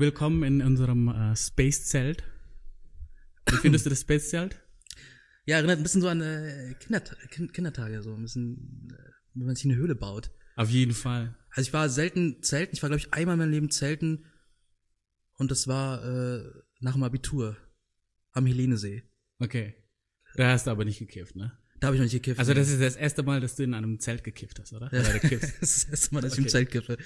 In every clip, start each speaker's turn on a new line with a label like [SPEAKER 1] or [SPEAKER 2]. [SPEAKER 1] Willkommen in unserem äh, Space-Zelt. Wie findest du das Space-Zelt?
[SPEAKER 2] Ja, erinnert ein bisschen so an äh, Kinderta kind Kindertage, so ein bisschen, äh, wenn man sich eine Höhle baut.
[SPEAKER 1] Auf jeden Fall.
[SPEAKER 2] Also ich war selten zelten, ich war glaube ich einmal in meinem Leben zelten und das war äh, nach dem Abitur am Helenesee.
[SPEAKER 1] Okay. Da hast du aber nicht gekifft, ne?
[SPEAKER 2] Da habe ich noch nicht gekifft.
[SPEAKER 1] Also
[SPEAKER 2] nee.
[SPEAKER 1] das ist das erste Mal, dass du in einem Zelt gekifft hast, oder? Oder
[SPEAKER 2] ja.
[SPEAKER 1] kiffst.
[SPEAKER 2] das ist das erste Mal, dass ich
[SPEAKER 1] Okay.
[SPEAKER 2] im Zelt kiffe.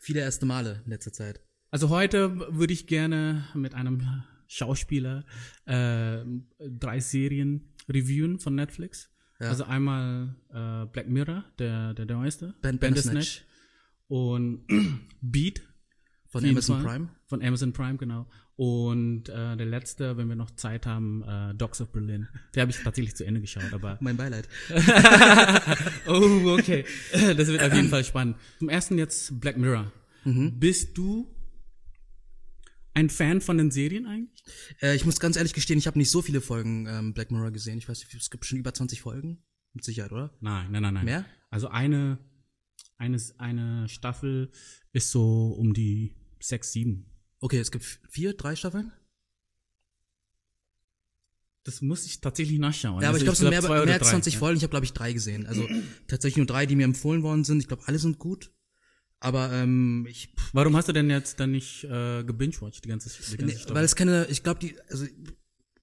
[SPEAKER 2] Viele erste Male in letzter Zeit.
[SPEAKER 1] Also heute würde ich gerne mit einem Schauspieler äh, drei Serien reviewen von Netflix.
[SPEAKER 2] Ja.
[SPEAKER 1] Also einmal äh, Black Mirror, der, der, der neueste.
[SPEAKER 2] Ben-
[SPEAKER 1] Bandersnatch.
[SPEAKER 2] Bandersnatch.
[SPEAKER 1] Und Beat
[SPEAKER 2] Von
[SPEAKER 1] auf jeden
[SPEAKER 2] Amazon
[SPEAKER 1] Fall.
[SPEAKER 2] Prime.
[SPEAKER 1] Von Amazon Prime, genau. Und äh, der letzte, wenn wir noch Zeit haben, äh, Dogs of Berlin. Der habe ich tatsächlich zu Ende geschaut, aber
[SPEAKER 2] Mein Beileid.
[SPEAKER 1] Oh, okay. Das wird auf jeden Fall spannend. Zum ersten jetzt Black Mirror.
[SPEAKER 2] Mhm.
[SPEAKER 1] Bist du ein Fan von den Serien eigentlich?
[SPEAKER 2] Äh, ich muss ganz ehrlich gestehen, ich habe nicht so viele Folgen ähm, Black Mirror gesehen. Ich weiß nicht, es gibt schon über 20 Folgen. Mit Sicherheit, oder?
[SPEAKER 1] Nein, nein, nein, nein.
[SPEAKER 2] Mehr?
[SPEAKER 1] Also eine, eine, eine Staffel ist so um die sechs, sieben.
[SPEAKER 2] Okay, es gibt vier, drei Staffeln?
[SPEAKER 1] Das muss ich tatsächlich nachschauen.
[SPEAKER 2] Ja, aber ich glaube, es
[SPEAKER 1] Also
[SPEAKER 2] sind mehr,
[SPEAKER 1] zwei oder
[SPEAKER 2] mehr als
[SPEAKER 1] drei,
[SPEAKER 2] 20
[SPEAKER 1] ja.
[SPEAKER 2] Folgen. Ich habe, glaube ich, drei gesehen. Also tatsächlich nur drei, die mir empfohlen worden sind. Ich glaube, alle sind gut. Aber ähm, ich, pff,
[SPEAKER 1] Warum hast du denn jetzt dann nicht äh, gebingewatcht, die ganze, die ganze
[SPEAKER 2] nee,
[SPEAKER 1] Staffel?
[SPEAKER 2] weil es keine, ich glaube, die, also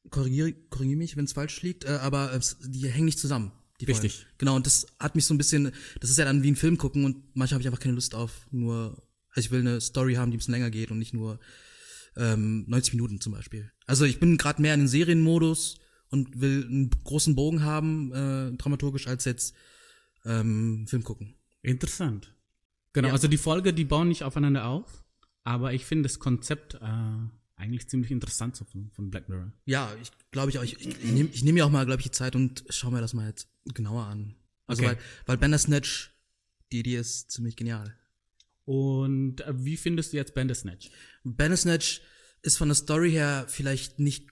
[SPEAKER 2] korrigiere korrigier mich, wenn es falsch liegt, äh, aber es, die hängen nicht zusammen. Die Folgen.
[SPEAKER 1] Richtig.
[SPEAKER 2] Genau, und das hat mich so ein bisschen, das ist ja dann wie ein Film gucken und manchmal habe ich einfach keine Lust auf nur, also ich will eine Story haben, die ein bisschen länger geht und nicht nur ähm, 90 Minuten zum Beispiel. Also ich bin gerade mehr in den Serienmodus und will einen großen Bogen haben, äh, dramaturgisch, als jetzt ähm, Film gucken.
[SPEAKER 1] Interessant. Genau,
[SPEAKER 2] Ja.
[SPEAKER 1] also die Folge, die bauen nicht aufeinander auf, aber ich finde das Konzept äh, eigentlich ziemlich interessant so von, von Black Mirror.
[SPEAKER 2] Ja, ich glaube ich auch, ich, ich, ich nehme ich nehm mir auch mal, glaube ich, die Zeit und schaue mir das mal jetzt genauer an. Also
[SPEAKER 1] Okay.
[SPEAKER 2] weil, weil Bandersnatch, die Idee ist ziemlich genial.
[SPEAKER 1] Und äh, wie findest du jetzt Bandersnatch?
[SPEAKER 2] Bandersnatch ist von der Story her vielleicht nicht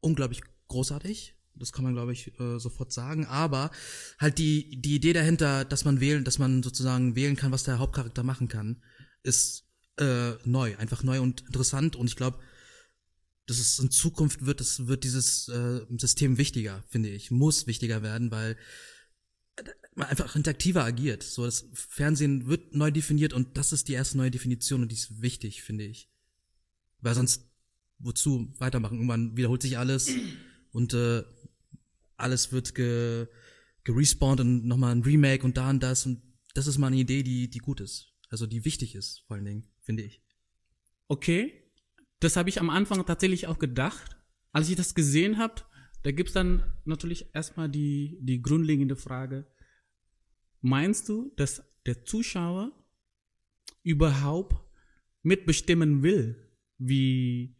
[SPEAKER 2] unglaublich großartig. Das kann man, glaube ich, äh, sofort sagen. Aber halt die, die Idee dahinter, dass man wählen, dass man sozusagen wählen kann, was der Hauptcharakter machen kann, ist äh, neu, einfach neu und interessant. Und ich glaube, das ist in Zukunft wird, das wird dieses äh, System wichtiger, finde ich, muss wichtiger werden, weil man einfach interaktiver agiert. So, das Fernsehen wird neu definiert und das ist die erste neue Definition und die ist wichtig, finde ich. Weil sonst, wozu weitermachen? Irgendwann wiederholt sich alles und äh, alles wird ge, gerespawnt und nochmal ein Remake und da und das und das ist mal eine Idee, die, die gut ist. Also die wichtig ist, vor allen Dingen, finde ich.
[SPEAKER 1] Okay, das habe ich am Anfang tatsächlich auch gedacht. Als ich das gesehen habe, da gibt's dann natürlich erstmal die, die grundlegende Frage, meinst du, dass der Zuschauer überhaupt mitbestimmen will, wie,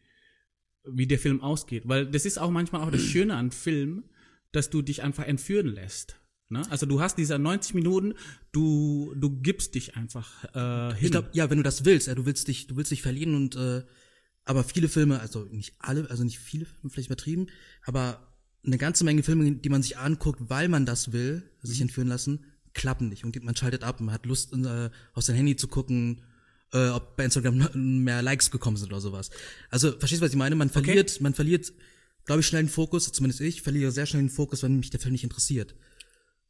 [SPEAKER 1] wie der Film ausgeht? Weil das ist auch manchmal auch das Schöne an Filmen, dass du dich einfach entführen lässt. Ne? Also du hast diese 90 Minuten, du, du gibst dich einfach äh, hin.
[SPEAKER 2] Ich glaube, ja, wenn du das willst, ja, du willst dich, du willst dich verlieren und äh, aber viele Filme, also nicht alle, also nicht viele Filme, vielleicht übertrieben, aber eine ganze Menge Filme, die man sich anguckt, weil man das will, sich entführen lassen, klappen nicht und man schaltet ab, man hat Lust, äh, auf sein Handy zu gucken, äh, ob bei Instagram mehr Likes gekommen sind oder sowas. Also verstehst du, was ich meine? Man verliert, man verliert, glaube ich, schnell den Fokus, zumindest ich verliere sehr schnell den Fokus, wenn mich der Film nicht interessiert.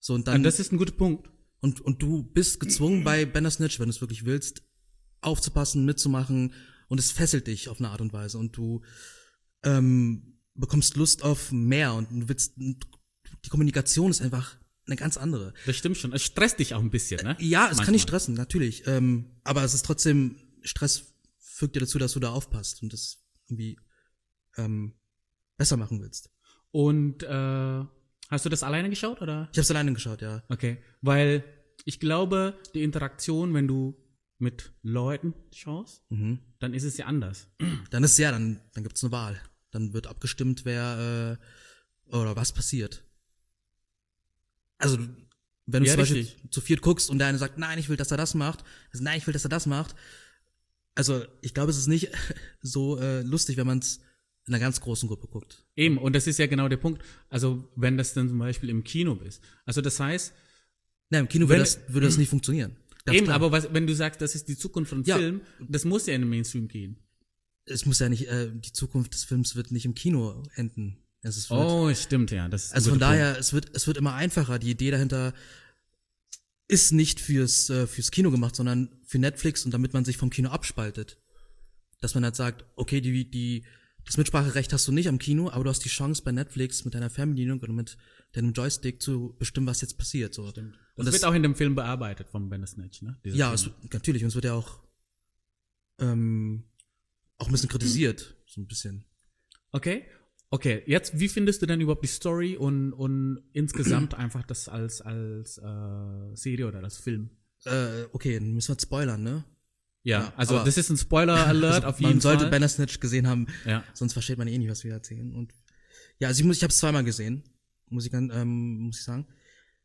[SPEAKER 2] So und dann
[SPEAKER 1] Und das ist ein guter Punkt.
[SPEAKER 2] und, und du bist gezwungen bei Bandersnatch, wenn du es wirklich willst, aufzupassen, mitzumachen und es fesselt dich auf eine Art und Weise und du ähm, bekommst Lust auf mehr und du willst, die Kommunikation ist einfach eine ganz andere.
[SPEAKER 1] Das stimmt schon. Es stresst dich auch ein bisschen, ne?
[SPEAKER 2] Ja, es kann
[SPEAKER 1] Manchmal.
[SPEAKER 2] dich stressen, natürlich, ähm, aber es ist trotzdem, Stress fügt dir dazu, dass du da aufpasst und das irgendwie ähm, besser machen willst.
[SPEAKER 1] Und äh, hast du das alleine geschaut oder?
[SPEAKER 2] Ich habe es alleine geschaut, ja.
[SPEAKER 1] Okay, weil ich glaube, die Interaktion, wenn du mit Leuten schaust,
[SPEAKER 2] Mhm.
[SPEAKER 1] dann ist es ja anders.
[SPEAKER 2] Dann ist ja, dann, dann gibt's eine Wahl. Dann wird abgestimmt, wer äh, oder was passiert. Also, wenn du
[SPEAKER 1] Ja,
[SPEAKER 2] zum Beispiel
[SPEAKER 1] richtig.
[SPEAKER 2] zu viert guckst und der eine sagt, nein, ich will, dass er das macht, also, nein, ich will, dass er das macht. Also, ich glaube, es ist nicht so äh, lustig, wenn man es in einer ganz großen Gruppe guckt.
[SPEAKER 1] Eben, und das ist ja genau der Punkt. Also, wenn das dann zum Beispiel im Kino ist. Also, das heißt,
[SPEAKER 2] Nein, im Kino
[SPEAKER 1] Wenn-
[SPEAKER 2] würde das, würde das nicht funktionieren. Ganz
[SPEAKER 1] eben,
[SPEAKER 2] klar.
[SPEAKER 1] aber was, wenn du sagst, das ist die Zukunft von
[SPEAKER 2] Ja.
[SPEAKER 1] Film, das muss ja in den Mainstream gehen.
[SPEAKER 2] es muss ja nicht, äh, die Zukunft des Films wird nicht im Kino enden. Es ist
[SPEAKER 1] Oh, stimmt, ja. Das ist ein
[SPEAKER 2] also von
[SPEAKER 1] guter Punkt.
[SPEAKER 2] daher, es wird, es wird immer einfacher. Die Idee dahinter ist nicht fürs, äh, fürs Kino gemacht, sondern für Netflix und damit man sich vom Kino abspaltet. Dass man halt sagt, okay, die, die, das Mitspracherecht hast du nicht am Kino, aber du hast die Chance bei Netflix mit deiner Fernbedienung und mit deinem Joystick zu bestimmen, was jetzt passiert. So.
[SPEAKER 1] Stimmt. Das,
[SPEAKER 2] Und das,
[SPEAKER 1] wird auch in dem Film bearbeitet von Ben Snatch, ne? Dieses
[SPEAKER 2] ja,
[SPEAKER 1] Thema.
[SPEAKER 2] es, natürlich, und es wird ja auch, ähm, auch ein bisschen kritisiert, so ein bisschen.
[SPEAKER 1] Okay. Okay, jetzt, wie findest du denn überhaupt die Story und, und insgesamt einfach das als, als äh, Serie oder als Film?
[SPEAKER 2] Äh, okay, dann müssen wir spoilern, ne?
[SPEAKER 1] Ja,
[SPEAKER 2] Ja,
[SPEAKER 1] also
[SPEAKER 2] aber-
[SPEAKER 1] das ist ein Spoiler-Alert auf jeden
[SPEAKER 2] man sollte
[SPEAKER 1] Fall.
[SPEAKER 2] Banner Snitch gesehen haben,
[SPEAKER 1] ja.
[SPEAKER 2] sonst versteht man eh nicht, was wir erzählen. Und ja, also ich muss, ich habe es zweimal gesehen, muss ich, gan- ähm, muss ich sagen.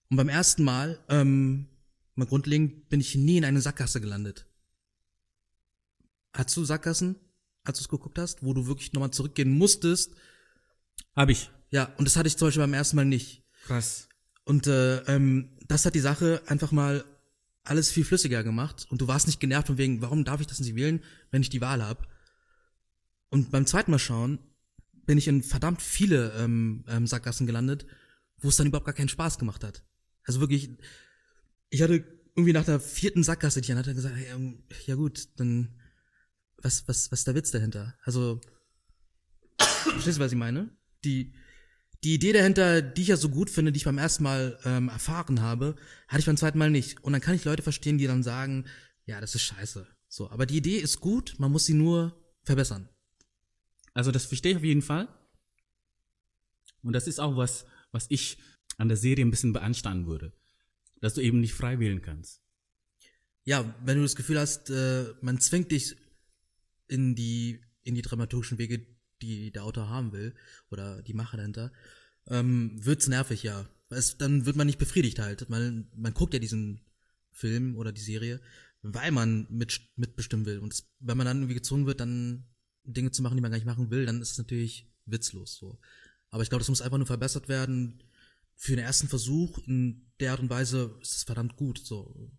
[SPEAKER 2] Und beim ersten Mal, ähm, mal grundlegend, bin ich nie in eine Sackgasse gelandet. Hast du Sackgassen, als du es geguckt hast, wo du wirklich nochmal zurückgehen musstest?
[SPEAKER 1] Hab ich.
[SPEAKER 2] Ja, und das hatte ich zum Beispiel beim ersten Mal nicht.
[SPEAKER 1] Krass.
[SPEAKER 2] Und äh, ähm, das hat die Sache einfach mal alles viel flüssiger gemacht. Und du warst nicht genervt von wegen, warum darf ich das nicht wählen, wenn ich die Wahl habe? Und beim zweiten Mal schauen bin ich in verdammt viele ähm, ähm, Sackgassen gelandet, wo es dann überhaupt gar keinen Spaß gemacht hat. Also wirklich, ich hatte irgendwie nach der vierten Sackgasse, die ich dann hatte, gesagt, hey, ähm, ja gut, dann was, was, was ist der Witz dahinter? Also, verstehst du, was ich meine? Die, die Idee dahinter, die ich ja so gut finde, die ich beim ersten Mal ähm, erfahren habe, hatte ich beim zweiten Mal nicht. Und dann kann ich Leute verstehen, die dann sagen, ja, das ist scheiße. So, aber die Idee ist gut, man muss sie nur verbessern.
[SPEAKER 1] Also das verstehe ich auf jeden Fall. Und das ist auch was, was ich an der Serie ein bisschen beanstanden würde. Dass du eben nicht frei wählen kannst.
[SPEAKER 2] Ja, wenn du das Gefühl hast, äh, man zwingt dich in die, in die dramaturgischen Wege, die der Autor haben will, oder die Macher dahinter, ähm, wird's nervig, ja. Es, dann wird man nicht befriedigt halt. Man, man guckt ja diesen Film oder die Serie, weil man mit, mitbestimmen will. Und es, wenn man dann irgendwie gezwungen wird, dann Dinge zu machen, die man gar nicht machen will, dann ist es natürlich witzlos, so. Aber ich glaube, das muss einfach nur verbessert werden. Für den ersten Versuch in der Art und Weise ist es verdammt gut, so.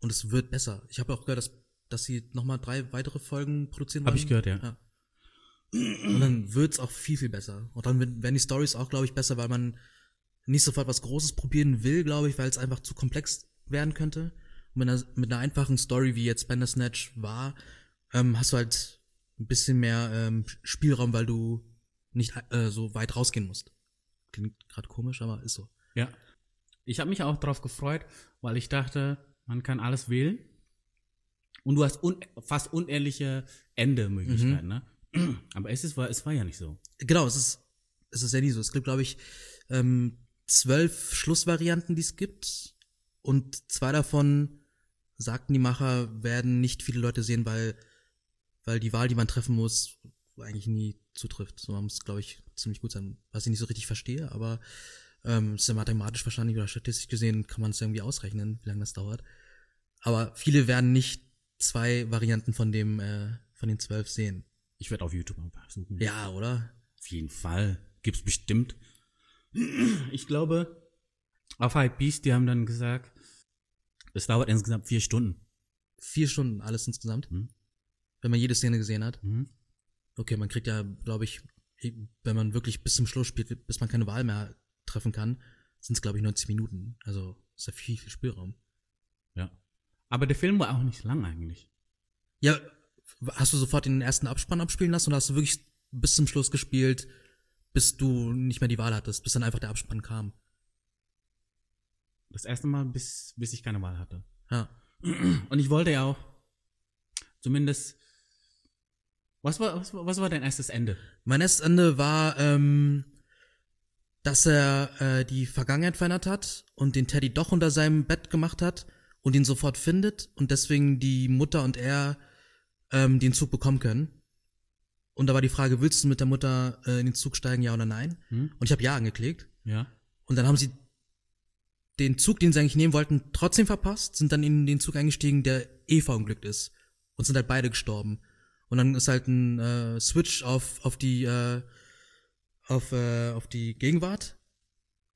[SPEAKER 2] Und es wird besser. Ich habe auch gehört, dass, dass sie nochmal drei weitere Folgen produzieren
[SPEAKER 1] Hab
[SPEAKER 2] wollen.
[SPEAKER 1] ich gehört, ja.
[SPEAKER 2] Und dann wird's auch viel, viel besser. Und dann wird- werden die Stories auch, glaube ich, besser, weil man nicht sofort was Großes probieren will, glaube ich, weil es einfach zu komplex werden könnte. Und mit einer, mit einer einfachen Story, wie jetzt Bandersnatch war, ähm, hast du halt ein bisschen mehr ähm, Spielraum, weil du nicht äh, so weit rausgehen musst. Klingt gerade komisch, aber ist so.
[SPEAKER 1] Ja. Ich habe mich auch drauf gefreut, weil ich dachte, man kann alles wählen. Und du hast un fast unendliche Ende-Möglichkeiten, ne? Aber es, ist, war, es war ja nicht so.
[SPEAKER 2] Genau, es ist, es ist ja nie so. Es gibt, glaube ich, ähm, zwölf Schlussvarianten, die es gibt. Und zwei davon, sagten die Macher, werden nicht viele Leute sehen, weil, weil die Wahl, die man treffen muss, eigentlich nie zutrifft. So, man muss, glaube ich, ziemlich gut sein, was ich nicht so richtig verstehe, aber ähm, ist ja mathematisch wahrscheinlich oder statistisch gesehen kann man es irgendwie ausrechnen, wie lange das dauert. Aber viele werden nicht zwei Varianten von dem, äh, von den zwölf sehen.
[SPEAKER 1] Ich werde auf YouTube mal suchen.
[SPEAKER 2] Ja, oder?
[SPEAKER 1] Auf jeden Fall. Gibt's bestimmt. Ich glaube, auf Hype Beast, die haben dann gesagt, es dauert insgesamt vier Stunden.
[SPEAKER 2] Vier Stunden alles insgesamt.
[SPEAKER 1] Mhm.
[SPEAKER 2] Wenn man jede Szene gesehen hat.
[SPEAKER 1] Mhm.
[SPEAKER 2] Okay, man kriegt ja, glaube ich, wenn man wirklich bis zum Schluss spielt, bis man keine Wahl mehr treffen kann, sind es, glaube ich, 90 Minuten. Also ist ja viel, viel Spielraum.
[SPEAKER 1] Ja. Aber der Film war auch nicht lang eigentlich.
[SPEAKER 2] Ja, hast du sofort den ersten Abspann abspielen lassen oder hast du wirklich bis zum Schluss gespielt, bis du nicht mehr die Wahl hattest, bis dann einfach der Abspann kam?
[SPEAKER 1] Das erste Mal, bis, bis ich keine Wahl hatte.
[SPEAKER 2] Ja.
[SPEAKER 1] Und ich wollte ja auch zumindest. Was war, was, war- was war dein erstes Ende?
[SPEAKER 2] Mein erstes Ende war, ähm, dass er äh, die Vergangenheit verändert hat und den Teddy doch unter seinem Bett gemacht hat und ihn sofort findet und deswegen die Mutter und er ähm, den Zug bekommen können. Und da war die Frage, willst du mit der Mutter äh, in den Zug steigen, ja oder nein?
[SPEAKER 1] Hm?
[SPEAKER 2] Und ich habe ja angeklickt.
[SPEAKER 1] Ja.
[SPEAKER 2] Und dann haben sie den Zug, den sie eigentlich nehmen wollten, trotzdem verpasst, sind dann in den Zug eingestiegen, der eh verunglückt ist. Und sind halt beide gestorben. Und dann ist halt ein äh, Switch auf, auf die, äh, auf, äh, auf die Gegenwart.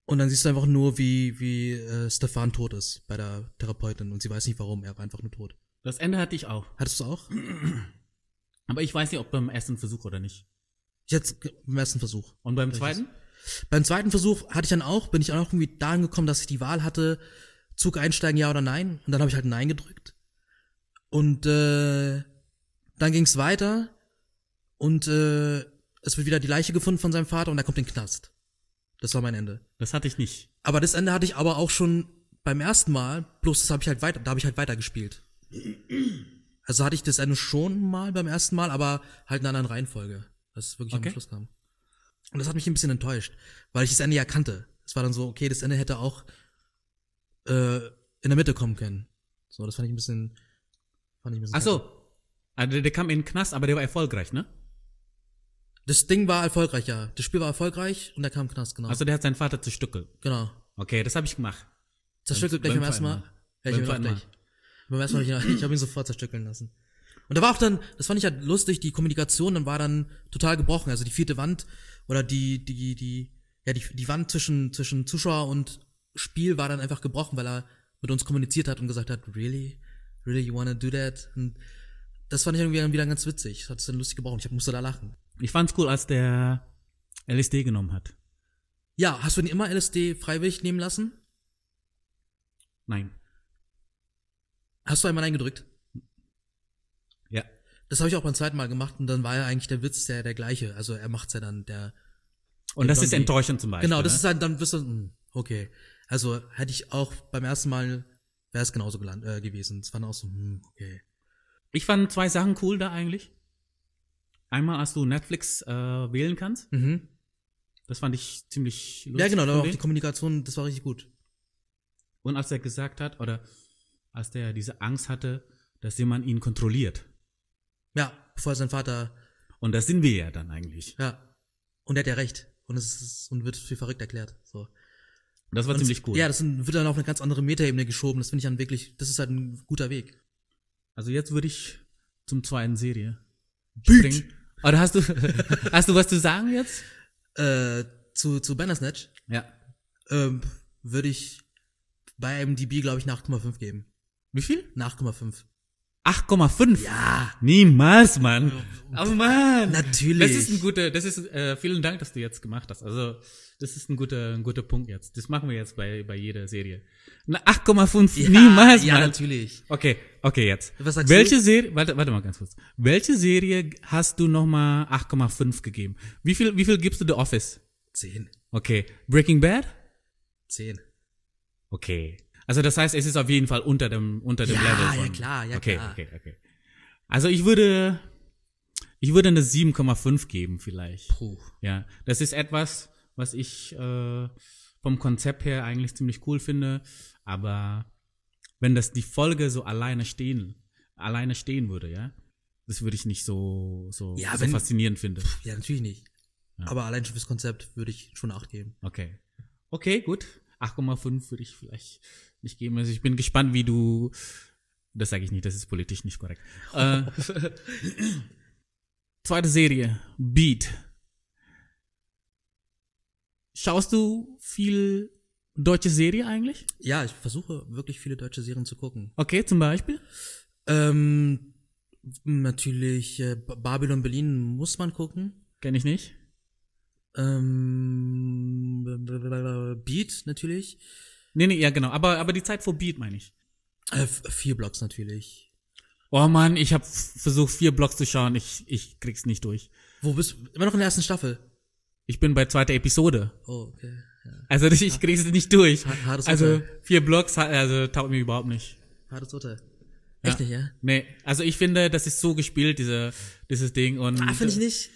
[SPEAKER 2] Und dann siehst du einfach nur, wie, wie äh, Stefan tot ist bei der Therapeutin. Und sie weiß nicht warum, er war einfach nur tot.
[SPEAKER 1] Das Ende hatte ich auch.
[SPEAKER 2] Hattest du auch?
[SPEAKER 1] Aber ich weiß nicht, ob beim ersten Versuch oder nicht.
[SPEAKER 2] Jetzt im ersten Versuch.
[SPEAKER 1] Und beim
[SPEAKER 2] Welches?
[SPEAKER 1] zweiten?
[SPEAKER 2] Beim zweiten Versuch hatte ich dann auch, bin ich dann auch irgendwie dahin gekommen, dass ich die Wahl hatte, Zug einsteigen, ja oder nein. Und dann habe ich halt Nein gedrückt. Und äh, dann ging es weiter und äh, es wird wieder die Leiche gefunden von seinem Vater und er kommt in den Knast. Das war mein Ende.
[SPEAKER 1] Das hatte ich nicht.
[SPEAKER 2] Aber das Ende hatte ich aber auch schon beim ersten Mal, bloß das habe ich halt weiter, da habe ich halt weitergespielt. Also hatte ich das Ende schon mal beim ersten Mal, aber halt in einer anderen Reihenfolge, dass es wirklich
[SPEAKER 1] Okay.
[SPEAKER 2] am Schluss kam. Und das hat mich ein bisschen enttäuscht, weil ich das Ende ja kannte. Es war dann so, okay, das Ende hätte auch äh, in der Mitte kommen können. So, das fand ich ein bisschen, fand ich ein bisschen.
[SPEAKER 1] Ach so. Also der, der kam in den Knast, aber der war erfolgreich, ne?
[SPEAKER 2] Das Ding war erfolgreich, ja. Das Spiel war erfolgreich und da kam Knast, genau.
[SPEAKER 1] Also der hat seinen Vater zerstückelt.
[SPEAKER 2] genau.
[SPEAKER 1] Okay, das habe ich gemacht.
[SPEAKER 2] Zerstückelt
[SPEAKER 1] Beim-
[SPEAKER 2] gleich beim
[SPEAKER 1] beim
[SPEAKER 2] ersten Mal.
[SPEAKER 1] zweiten
[SPEAKER 2] Ja,
[SPEAKER 1] Mal. Beim
[SPEAKER 2] ich hab ihn auch
[SPEAKER 1] zweiten
[SPEAKER 2] gleich. Beim ersten Mal hab ich, ihn- ich habe ihn sofort zerstückeln lassen. Und da war auch dann, das fand ich halt lustig, die Kommunikation dann war dann total gebrochen. Also die vierte Wand oder die, die, die, ja, die, die Wand zwischen, zwischen Zuschauer und Spiel war dann einfach gebrochen, weil er mit uns kommuniziert hat und gesagt hat, really? Really, you wanna do that? Und das fand ich irgendwie dann wieder ganz witzig. Das hat es dann lustig gebrochen. Ich hab, musste da lachen.
[SPEAKER 1] Ich fand's cool, als der LSD genommen hat.
[SPEAKER 2] Ja, hast du denn immer LSD freiwillig nehmen lassen?
[SPEAKER 1] Nein.
[SPEAKER 2] Hast du einmal eingedrückt?
[SPEAKER 1] Ja.
[SPEAKER 2] Das habe ich auch beim zweiten Mal gemacht und dann war ja eigentlich der Witz der, der gleiche. Also er macht's ja dann der.
[SPEAKER 1] Und das ist
[SPEAKER 2] Blondie.
[SPEAKER 1] enttäuschend zum Beispiel.
[SPEAKER 2] genau, das
[SPEAKER 1] ne?
[SPEAKER 2] ist halt dann bist du. hm, Okay. Also hätte ich auch beim ersten Mal wäre es genauso geland, äh, gewesen. Es war dann auch so, hm, okay.
[SPEAKER 1] Ich fand zwei Sachen cool da eigentlich. Einmal, als du Netflix äh, wählen kannst.
[SPEAKER 2] Mhm.
[SPEAKER 1] Das fand ich ziemlich lustig.
[SPEAKER 2] Ja, genau,
[SPEAKER 1] von
[SPEAKER 2] da war auch
[SPEAKER 1] denen.
[SPEAKER 2] die Kommunikation, das war richtig gut.
[SPEAKER 1] Und als er gesagt hat, oder als der diese Angst hatte, dass jemand ihn kontrolliert.
[SPEAKER 2] Ja, bevor sein Vater,
[SPEAKER 1] Und das sind wir ja dann eigentlich.
[SPEAKER 2] ja. Und er hat ja recht. Und es ist, und wird für verrückt erklärt. So.
[SPEAKER 1] Das war
[SPEAKER 2] Und
[SPEAKER 1] ziemlich
[SPEAKER 2] es-
[SPEAKER 1] cool.
[SPEAKER 2] Ja, das sind- wird dann auf eine ganz andere Metaebene geschoben. Das finde ich dann wirklich, das ist halt ein guter Weg.
[SPEAKER 1] Also jetzt würde ich zum zweiten Serie
[SPEAKER 2] Beat.
[SPEAKER 1] springen. Oder hast du, hast du was zu sagen jetzt?
[SPEAKER 2] Äh, zu, zu Bandersnatch.
[SPEAKER 1] Ja.
[SPEAKER 2] ähm, würde ich bei IMDb, glaube ich, eine 8,5 geben.
[SPEAKER 1] Wie viel?
[SPEAKER 2] Eine 8,5.
[SPEAKER 1] 8,5.
[SPEAKER 2] Ja, Also,
[SPEAKER 1] Niemals, Mann. Oh Mann.
[SPEAKER 2] natürlich.
[SPEAKER 1] Das ist ein guter, das ist, äh, vielen Dank, dass du jetzt gemacht hast. Also, das ist ein guter, ein guter Punkt jetzt. Das machen wir jetzt bei, bei jeder Serie. Na, 8,5,
[SPEAKER 2] ja,
[SPEAKER 1] niemals,
[SPEAKER 2] Ja,
[SPEAKER 1] Mann.
[SPEAKER 2] natürlich.
[SPEAKER 1] Okay, okay, jetzt.
[SPEAKER 2] Was sagst
[SPEAKER 1] Welche
[SPEAKER 2] du?
[SPEAKER 1] Serie, warte, warte mal ganz kurz. Welche Serie hast du nochmal 8,5 gegeben? Wie viel, wie viel gibst du The Office?
[SPEAKER 2] 10.
[SPEAKER 1] Okay. Breaking Bad?
[SPEAKER 2] 10.
[SPEAKER 1] Okay. Also das heißt, es ist auf jeden Fall unter dem unter dem
[SPEAKER 2] Ja,
[SPEAKER 1] Level.
[SPEAKER 2] ja, klar, ja,
[SPEAKER 1] okay,
[SPEAKER 2] klar.
[SPEAKER 1] Okay, okay. Also ich würde ich würde eine 7,5 geben vielleicht.
[SPEAKER 2] Puh.
[SPEAKER 1] Ja, das ist etwas, was ich äh, vom Konzept her eigentlich ziemlich cool finde, aber wenn das die Folge so alleine stehen alleine stehen würde, ja, das würde ich nicht so so,
[SPEAKER 2] Ja,
[SPEAKER 1] so
[SPEAKER 2] wenn-
[SPEAKER 1] faszinierend finden.
[SPEAKER 2] Ja, natürlich nicht. Aber allein schon fürs Konzept würde ich schon eine 8 geben.
[SPEAKER 1] Okay. Okay, gut. 8,5 würde ich vielleicht nicht geben. Also ich bin gespannt, wie du. Das sage ich nicht, das ist politisch nicht korrekt. Äh, zweite Serie, Beat. Schaust du viel deutsche Serie eigentlich?
[SPEAKER 2] Ja, ich versuche wirklich viele deutsche Serien zu gucken.
[SPEAKER 1] Okay, zum Beispiel.
[SPEAKER 2] Ähm, natürlich äh, Ba- Babylon Berlin muss man gucken.
[SPEAKER 1] Kenne ich nicht.
[SPEAKER 2] Ähm, blablabla, Beat natürlich.
[SPEAKER 1] Nee, nee, ja genau. Aber, aber die Zeit vor Beat meine ich.
[SPEAKER 2] Äh, F- vier Blocks natürlich.
[SPEAKER 1] Oh Mann, ich habe versucht, vier Blogs zu schauen. Ich, ich krieg's nicht durch.
[SPEAKER 2] Wo bist du? Immer noch in der ersten Staffel.
[SPEAKER 1] Ich bin bei zweiter Episode.
[SPEAKER 2] Oh, okay. Ja.
[SPEAKER 1] Also ich krieg's nicht durch.
[SPEAKER 2] Har- hartes
[SPEAKER 1] Also
[SPEAKER 2] Urteil.
[SPEAKER 1] vier Blocks, ha- also taugt mir überhaupt nicht.
[SPEAKER 2] Hartes Urteil. Echt nicht, ja?
[SPEAKER 1] Nee, also ich finde, das ist so gespielt, diese, dieses Ding. Und,
[SPEAKER 2] Ah, finde ich nicht.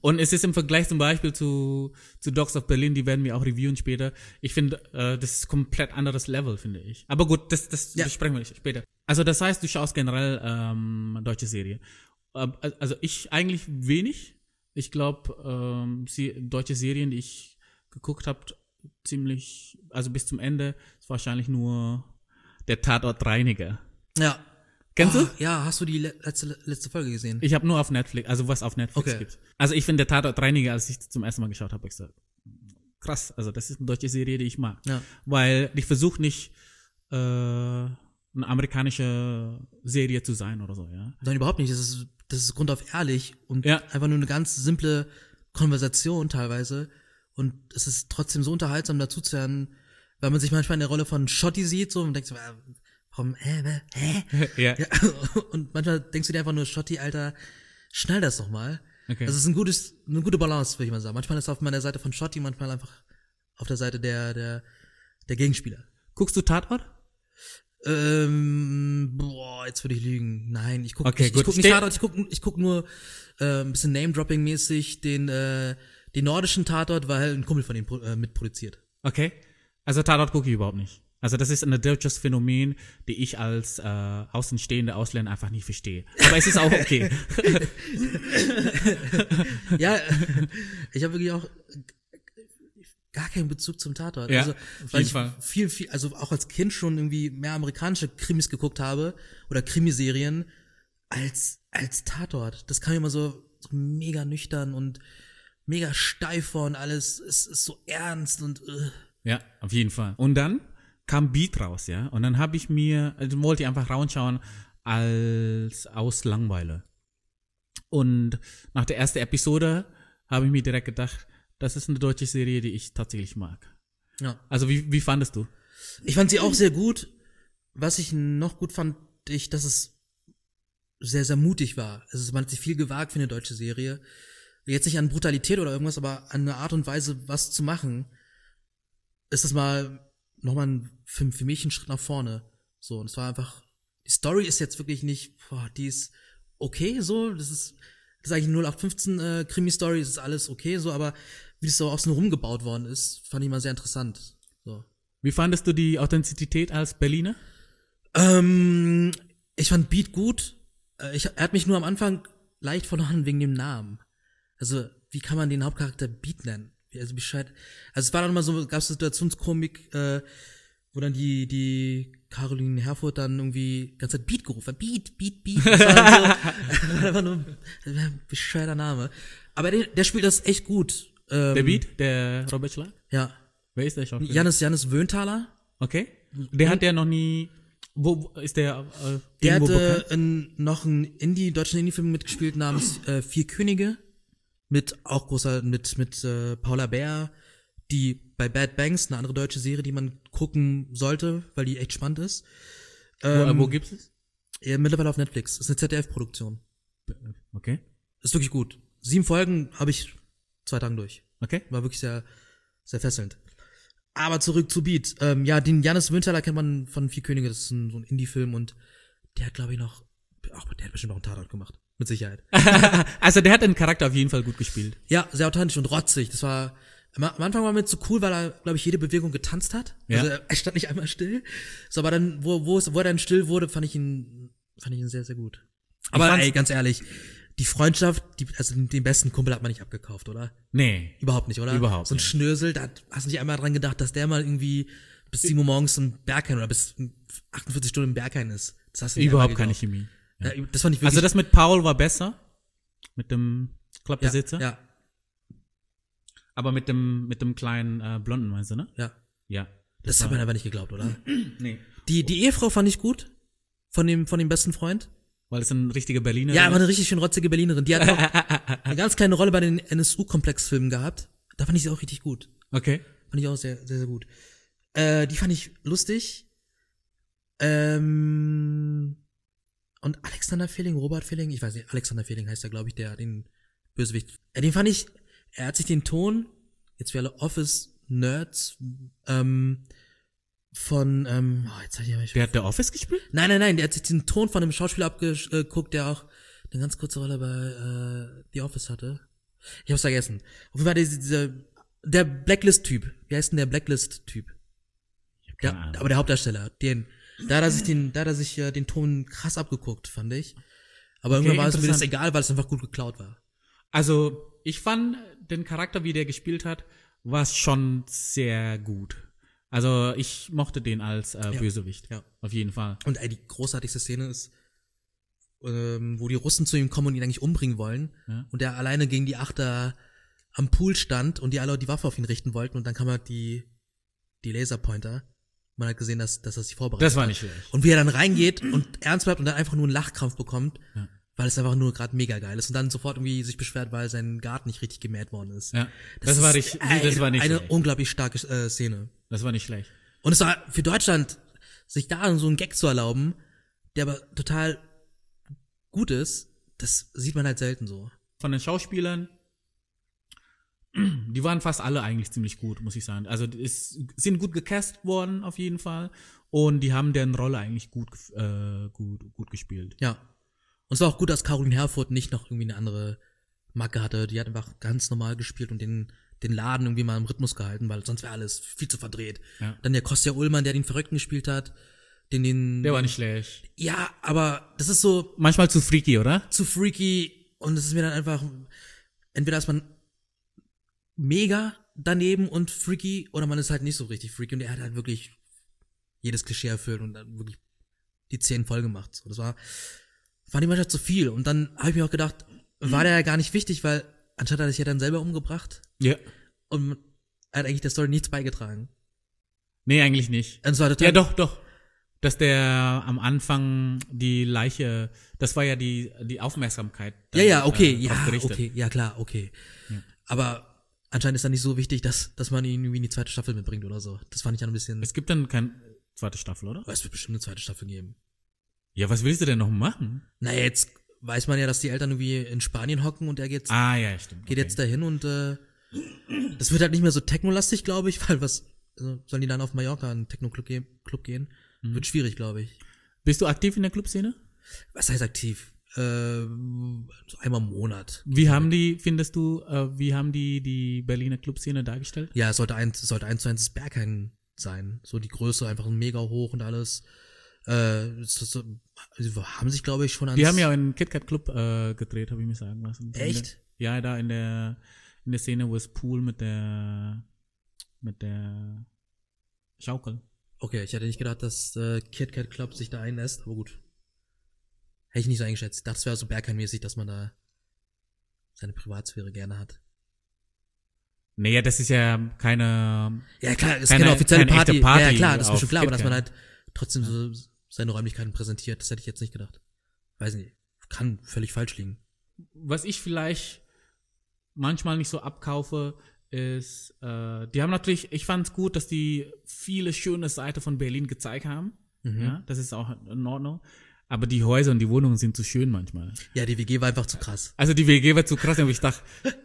[SPEAKER 1] und es ist im Vergleich zum Beispiel zu, zu Dogs of Berlin, die werden wir auch reviewen später. Ich finde, äh, das ist komplett anderes Level, finde ich. Aber gut, das, das
[SPEAKER 2] Ja.
[SPEAKER 1] besprechen wir später. Also das heißt, du schaust generell ähm, deutsche Serie. Ähm, Also ich eigentlich wenig. Ich glaube, ähm, se- deutsche Serien, die ich geguckt habe, ziemlich, also bis zum Ende, ist wahrscheinlich nur der Tatortreiniger.
[SPEAKER 2] Ja.
[SPEAKER 1] Kennst
[SPEAKER 2] oh,
[SPEAKER 1] du?
[SPEAKER 2] Ja, hast du die le- letzte, letzte Folge gesehen?
[SPEAKER 1] Ich habe nur auf Netflix, also was auf Netflix
[SPEAKER 2] Okay.
[SPEAKER 1] gibt. Also ich finde der Tatort Reiniger, als ich zum ersten Mal geschaut habe, hab ich gesagt, krass, also das ist eine deutsche Serie, die ich mag.
[SPEAKER 2] Ja.
[SPEAKER 1] Weil ich versuche nicht, äh, eine amerikanische Serie zu sein oder so, ja.
[SPEAKER 2] Nein, überhaupt nicht. Das ist das ist grundauf ehrlich und
[SPEAKER 1] Ja.
[SPEAKER 2] einfach nur eine ganz simple Konversation teilweise. Und es ist trotzdem so unterhaltsam dazuzuhören, weil man sich manchmal in der Rolle von Schotti sieht so und denkt so, äh, warum, hä, hä, hä?
[SPEAKER 1] ja.
[SPEAKER 2] Ja, und manchmal denkst du dir einfach nur, Schotti, Alter, schnall das doch mal.
[SPEAKER 1] Okay.
[SPEAKER 2] Das Also ist ein gutes, eine gute Balance, würde ich mal sagen. Manchmal ist er auf meiner Seite von Schotti, manchmal einfach auf der Seite der, der, der Gegenspieler.
[SPEAKER 1] Guckst du Tatort?
[SPEAKER 2] Ähm, boah, jetzt würde ich lügen. Nein, ich gucke
[SPEAKER 1] Okay,
[SPEAKER 2] ich,
[SPEAKER 1] gut.
[SPEAKER 2] ich guck
[SPEAKER 1] Ste-
[SPEAKER 2] nicht Tatort, ich gucke ich guck nur äh, ein bisschen Name-Dropping-mäßig den, äh, den nordischen Tatort, weil ein Kumpel von ihm pro- äh, mitproduziert.
[SPEAKER 1] Okay. Also Tatort gucke ich überhaupt nicht. Also das ist ein deutsches Phänomen, die ich als äh, außenstehende Ausländer einfach nicht verstehe. Aber es ist auch okay.
[SPEAKER 2] Ja, ich habe wirklich auch gar keinen Bezug zum Tatort.
[SPEAKER 1] Ja,
[SPEAKER 2] also,
[SPEAKER 1] auf
[SPEAKER 2] weil
[SPEAKER 1] jeden
[SPEAKER 2] ich
[SPEAKER 1] Fall.
[SPEAKER 2] viel, viel, also auch als Kind schon irgendwie mehr amerikanische Krimis geguckt habe oder Krimiserien als, als Tatort. Das kam mir immer so, so mega nüchtern und mega steif vor und alles. Es ist so ernst und äh.
[SPEAKER 1] ja, auf jeden Fall. Und dann kam Beat raus, ja. Und dann habe ich mir, also wollte ich einfach raunschauen als aus Langweile. Und nach der ersten Episode habe ich mir direkt gedacht, das ist eine deutsche Serie, die ich tatsächlich mag.
[SPEAKER 2] ja.
[SPEAKER 1] Also wie, wie fandest du?
[SPEAKER 2] Ich fand sie auch sehr gut. Was ich noch gut fand, ich, dass es sehr, sehr mutig war. Also man hat sich viel gewagt für eine deutsche Serie. Jetzt nicht an Brutalität oder irgendwas, aber an eine Art und Weise, was zu machen, ist das mal nochmal ein, für, für mich ein Schritt nach vorne. So, und es war einfach, die Story ist jetzt wirklich nicht, boah, die ist okay, so, das ist, das ist eigentlich eine 0815 äh, Krimi-Story, es ist alles okay, so, aber wie das so außen rum gebaut worden ist, fand ich mal sehr interessant. So.
[SPEAKER 1] Wie fandest du die Authentizität als Berliner?
[SPEAKER 2] Ähm, ich fand Beat gut. Äh, Ich, er hat mich nur am Anfang leicht verloren wegen dem Namen. Also, wie kann man den Hauptcharakter Beat nennen? Wie- Also, Bescheid. Also, es war dann mal so, gab es Situationskomik, äh, wo dann die, die Caroline Herfurth dann irgendwie die ganze Zeit Beat gerufen hat. Beat, Beat, Beat. Das war, dann so, war einfach nur ein bescheuerter Name. Aber der, der spielt das echt gut. Ähm,
[SPEAKER 1] Der Beat, der Robert Schlag?
[SPEAKER 2] Ja.
[SPEAKER 1] Wer ist der Schauspieler?
[SPEAKER 2] Janis, Janis Wöhntaler.
[SPEAKER 1] Okay. Der hat ja noch nie. Wo wo- ist der? Äh,
[SPEAKER 2] Der
[SPEAKER 1] irgendwo
[SPEAKER 2] hatte
[SPEAKER 1] bekannt?
[SPEAKER 2] in, noch einen Indie, deutschen Indie-Film mitgespielt namens äh, Vier Könige. Mit auch großer, mit, mit äh, Paula Bär, die bei Bad Banks, eine andere deutsche Serie, die man gucken sollte, weil die echt spannend ist.
[SPEAKER 1] wo,
[SPEAKER 2] Ähm,
[SPEAKER 1] wo gibt's es?
[SPEAKER 2] ja, mittlerweile auf Netflix. Ist eine ZDF-Produktion.
[SPEAKER 1] Okay.
[SPEAKER 2] Ist wirklich gut. Sieben Folgen habe ich zwei Tagen durch.
[SPEAKER 1] Okay.
[SPEAKER 2] War wirklich sehr, sehr fesselnd. Aber zurück zu Beat. Ähm, ja, den Janis Winterler kennt man von Vier Könige. Das ist ein, so ein Indie-Film und der hat, glaube ich, noch, auch, der hat bestimmt auch einen Tatort gemacht. Mit Sicherheit.
[SPEAKER 1] also der hat den Charakter auf jeden Fall gut gespielt.
[SPEAKER 2] Ja, sehr authentisch und rotzig. Das war, am am Anfang war mir zu cool, weil er, glaube ich, jede Bewegung getanzt hat.
[SPEAKER 1] Ja.
[SPEAKER 2] Also er stand nicht einmal still. So, aber dann, wo, wo, es, wo er dann still wurde, fand ich ihn, fand ich ihn sehr, sehr gut. Aber
[SPEAKER 1] fand's-
[SPEAKER 2] ey, ganz ehrlich, die Freundschaft, die, also den, den besten Kumpel hat man nicht abgekauft, oder?
[SPEAKER 1] Nee.
[SPEAKER 2] Überhaupt nicht, oder?
[SPEAKER 1] Überhaupt
[SPEAKER 2] So ein
[SPEAKER 1] nicht.
[SPEAKER 2] Schnösel, da hat- hast du nicht einmal dran gedacht, dass der mal irgendwie bis 7 Uhr morgens im Berghain oder bis 48 Stunden im Berghain ist. Das hast du nicht
[SPEAKER 1] Überhaupt
[SPEAKER 2] einmal
[SPEAKER 1] keine
[SPEAKER 2] geglaubt.
[SPEAKER 1] Chemie. Ja.
[SPEAKER 2] Ja, das fand ich wirklich
[SPEAKER 1] Also das mit Paul war besser. Mit dem Clubbesitzer.
[SPEAKER 2] Ja,
[SPEAKER 1] Aber mit dem, mit dem kleinen äh, Blonden, meinst du, ne?
[SPEAKER 2] ja.
[SPEAKER 1] Ja.
[SPEAKER 2] Das,
[SPEAKER 1] war-
[SPEAKER 2] hat man aber nicht geglaubt, oder?
[SPEAKER 1] Nee.
[SPEAKER 2] Die, die Ehefrau fand ich gut. Von dem, von dem besten Freund.
[SPEAKER 1] Weil es ein richtiger Berliner
[SPEAKER 2] Ja,
[SPEAKER 1] ist.
[SPEAKER 2] war eine richtig schön rotzige Berlinerin. Die hat auch eine ganz kleine Rolle bei den NSU-Komplex-Filmen gehabt. Da fand ich sie auch richtig gut.
[SPEAKER 1] Okay.
[SPEAKER 2] Fand ich auch sehr, sehr, sehr gut. Äh, die fand ich lustig. Ähm, und Alexander Fehling, Robert Fehling, ich weiß nicht, Alexander Fehling heißt er, glaube ich, der den Bösewicht. Äh, den fand ich, er hat sich den Ton, jetzt wir alle Office-Nerds, ähm, von, ähm, oh, jetzt hab ich aber
[SPEAKER 1] Der hat The Office gespielt?
[SPEAKER 2] Nein, nein, nein, der hat sich den Ton von einem Schauspieler abgeguckt, der auch eine ganz kurze Rolle bei äh, The Office hatte. Ich hab's vergessen. Auf jeden Fall dieser, dieser der Blacklist-Typ. Wie heißt denn der Blacklist-Typ?
[SPEAKER 1] Keine
[SPEAKER 2] Ja,
[SPEAKER 1] Ahnung.
[SPEAKER 2] aber der Hauptdarsteller, den, da hat er sich den, da hat er sich äh, den Ton krass abgeguckt, fand ich. Aber irgendwann war es mir das
[SPEAKER 1] interessant.
[SPEAKER 2] egal, weil es einfach gut geklaut war.
[SPEAKER 1] Also, ich fand den Charakter, wie der gespielt hat, war schon sehr gut. Also, ich mochte den als äh, Bösewicht.
[SPEAKER 2] ja.
[SPEAKER 1] Auf jeden Fall.
[SPEAKER 2] Und ey, die großartigste Szene ist, ähm, wo die Russen zu ihm kommen und ihn eigentlich umbringen wollen.
[SPEAKER 1] Ja.
[SPEAKER 2] Und er alleine gegen die Achter am Pool stand und die alle die Waffe auf ihn richten wollten. Und dann kam halt die, die Laserpointer. Man hat gesehen, dass, dass er sich vorbereitet
[SPEAKER 1] Das war
[SPEAKER 2] hat.
[SPEAKER 1] nicht schlecht.
[SPEAKER 2] Und wie er dann reingeht und ernst bleibt und dann einfach nur einen Lachkrampf bekommt,
[SPEAKER 1] Ja.
[SPEAKER 2] weil es einfach nur gerade mega geil ist und dann sofort irgendwie sich beschwert, weil sein Garten nicht richtig gemäht worden ist.
[SPEAKER 1] Ja. Das, war
[SPEAKER 2] ist
[SPEAKER 1] nicht, nee,
[SPEAKER 2] ein-
[SPEAKER 1] das war nicht
[SPEAKER 2] eine
[SPEAKER 1] schlecht.
[SPEAKER 2] unglaublich starke äh, Szene.
[SPEAKER 1] Das war nicht schlecht.
[SPEAKER 2] Und es war für Deutschland, sich da so einen Gag zu erlauben, der aber total gut ist, das sieht man halt selten so.
[SPEAKER 1] Von den Schauspielern, die waren fast alle eigentlich ziemlich gut, muss ich sagen. Also es sind gut gecast worden auf jeden Fall und die haben deren Rolle eigentlich gut, gef- äh, gut, gut gespielt.
[SPEAKER 2] Ja. Und es war auch gut, dass Caroline Herfurth nicht noch irgendwie eine andere Macke hatte. Die hat einfach ganz normal gespielt und den, den Laden irgendwie mal im Rhythmus gehalten, weil sonst wäre alles viel zu verdreht.
[SPEAKER 1] Ja.
[SPEAKER 2] Dann der Kostja Ullmann, der den Verrückten gespielt hat, den, den,
[SPEAKER 1] Der war nicht schlecht.
[SPEAKER 2] ja, aber das ist so,
[SPEAKER 1] Manchmal zu freaky, oder?
[SPEAKER 2] zu freaky und es ist mir dann einfach entweder ist man mega daneben und freaky oder man ist halt nicht so richtig freaky und er hat halt wirklich jedes Klischee erfüllt und dann wirklich die zehn voll gemacht. So, das war war die Mannschaft zu viel und dann habe ich mir auch gedacht, war der ja gar nicht wichtig, weil anstatt hat er sich ja dann selber umgebracht
[SPEAKER 1] Ja.
[SPEAKER 2] und er hat eigentlich der Story nichts beigetragen. Also
[SPEAKER 1] Nee, eigentlich nicht.
[SPEAKER 2] Und es war total
[SPEAKER 1] Ja, doch, doch. Dass der am Anfang die Leiche, das war ja die, die Aufmerksamkeit.
[SPEAKER 2] Ja, ja, okay,
[SPEAKER 1] äh, drauf
[SPEAKER 2] ja,
[SPEAKER 1] gerichtet.
[SPEAKER 2] okay, ja klar, okay.
[SPEAKER 1] Ja.
[SPEAKER 2] Aber anscheinend ist dann nicht so wichtig, dass, dass man ihn irgendwie in die zweite Staffel mitbringt oder so. Das fand ich dann ein bisschen.
[SPEAKER 1] Es gibt dann keine zweite Staffel, oder?
[SPEAKER 2] Aber es wird bestimmt eine zweite Staffel geben.
[SPEAKER 1] Ja, was willst du denn noch machen?
[SPEAKER 2] Naja, jetzt weiß man ja, dass die Eltern irgendwie in Spanien hocken und er geht,
[SPEAKER 1] Ah, ja, stimmt.
[SPEAKER 2] geht jetzt dahin und äh, das wird halt nicht mehr so technolastig, glaube ich, weil was also sollen die dann auf Mallorca in einen Techno-Club gehen- Club gehen?
[SPEAKER 1] Mhm.
[SPEAKER 2] Wird schwierig, glaube ich.
[SPEAKER 1] Bist du aktiv in der Clubszene?
[SPEAKER 2] Was heißt aktiv? Äh, so einmal im Monat.
[SPEAKER 1] Wie haben die, findest du, äh, wie haben die die Berliner Clubszene dargestellt?
[SPEAKER 2] Ja, es sollte eins, es sollte eins zu eins das Berghain sein. So die Größe einfach mega hoch und alles. Äh, so, so, sie haben sich, glaube ich, schon an.
[SPEAKER 1] Die haben ja einen KitKat Club äh, gedreht, habe ich mir sagen lassen.
[SPEAKER 2] Echt?
[SPEAKER 1] In der, ja, da in der in der Szene, wo es Pool mit der mit der Schaukel.
[SPEAKER 2] Okay, ich hätte nicht gedacht, dass äh, Kit Kat Club sich da einlässt, aber gut. Hätte ich nicht so eingeschätzt. Ich dachte, es wäre so Berghain-mäßig, dass man da seine Privatsphäre gerne hat.
[SPEAKER 1] Naja, das ist ja keine.
[SPEAKER 2] Ja, klar, es ist
[SPEAKER 1] Keine-
[SPEAKER 2] keine offizielle
[SPEAKER 1] keine echte
[SPEAKER 2] Party.
[SPEAKER 1] Party
[SPEAKER 2] Ja, ja, klar, das ist mir
[SPEAKER 1] auf
[SPEAKER 2] schon klar, aber dass man
[SPEAKER 1] KitKat.
[SPEAKER 2] halt trotzdem so seine Räumlichkeiten präsentiert, das hätte ich jetzt nicht gedacht. Weiß nicht, kann völlig falsch liegen.
[SPEAKER 1] Was ich vielleicht manchmal nicht so abkaufe, ist, äh, die haben natürlich, ich fand es gut, dass die viele schöne Seiten von Berlin gezeigt haben.
[SPEAKER 2] Mhm.
[SPEAKER 1] Ja, das ist auch in Ordnung. Aber die Häuser und die Wohnungen sind zu schön manchmal.
[SPEAKER 2] Ja, die WG war einfach zu krass.
[SPEAKER 1] Also die WG war zu krass, aber ich dachte,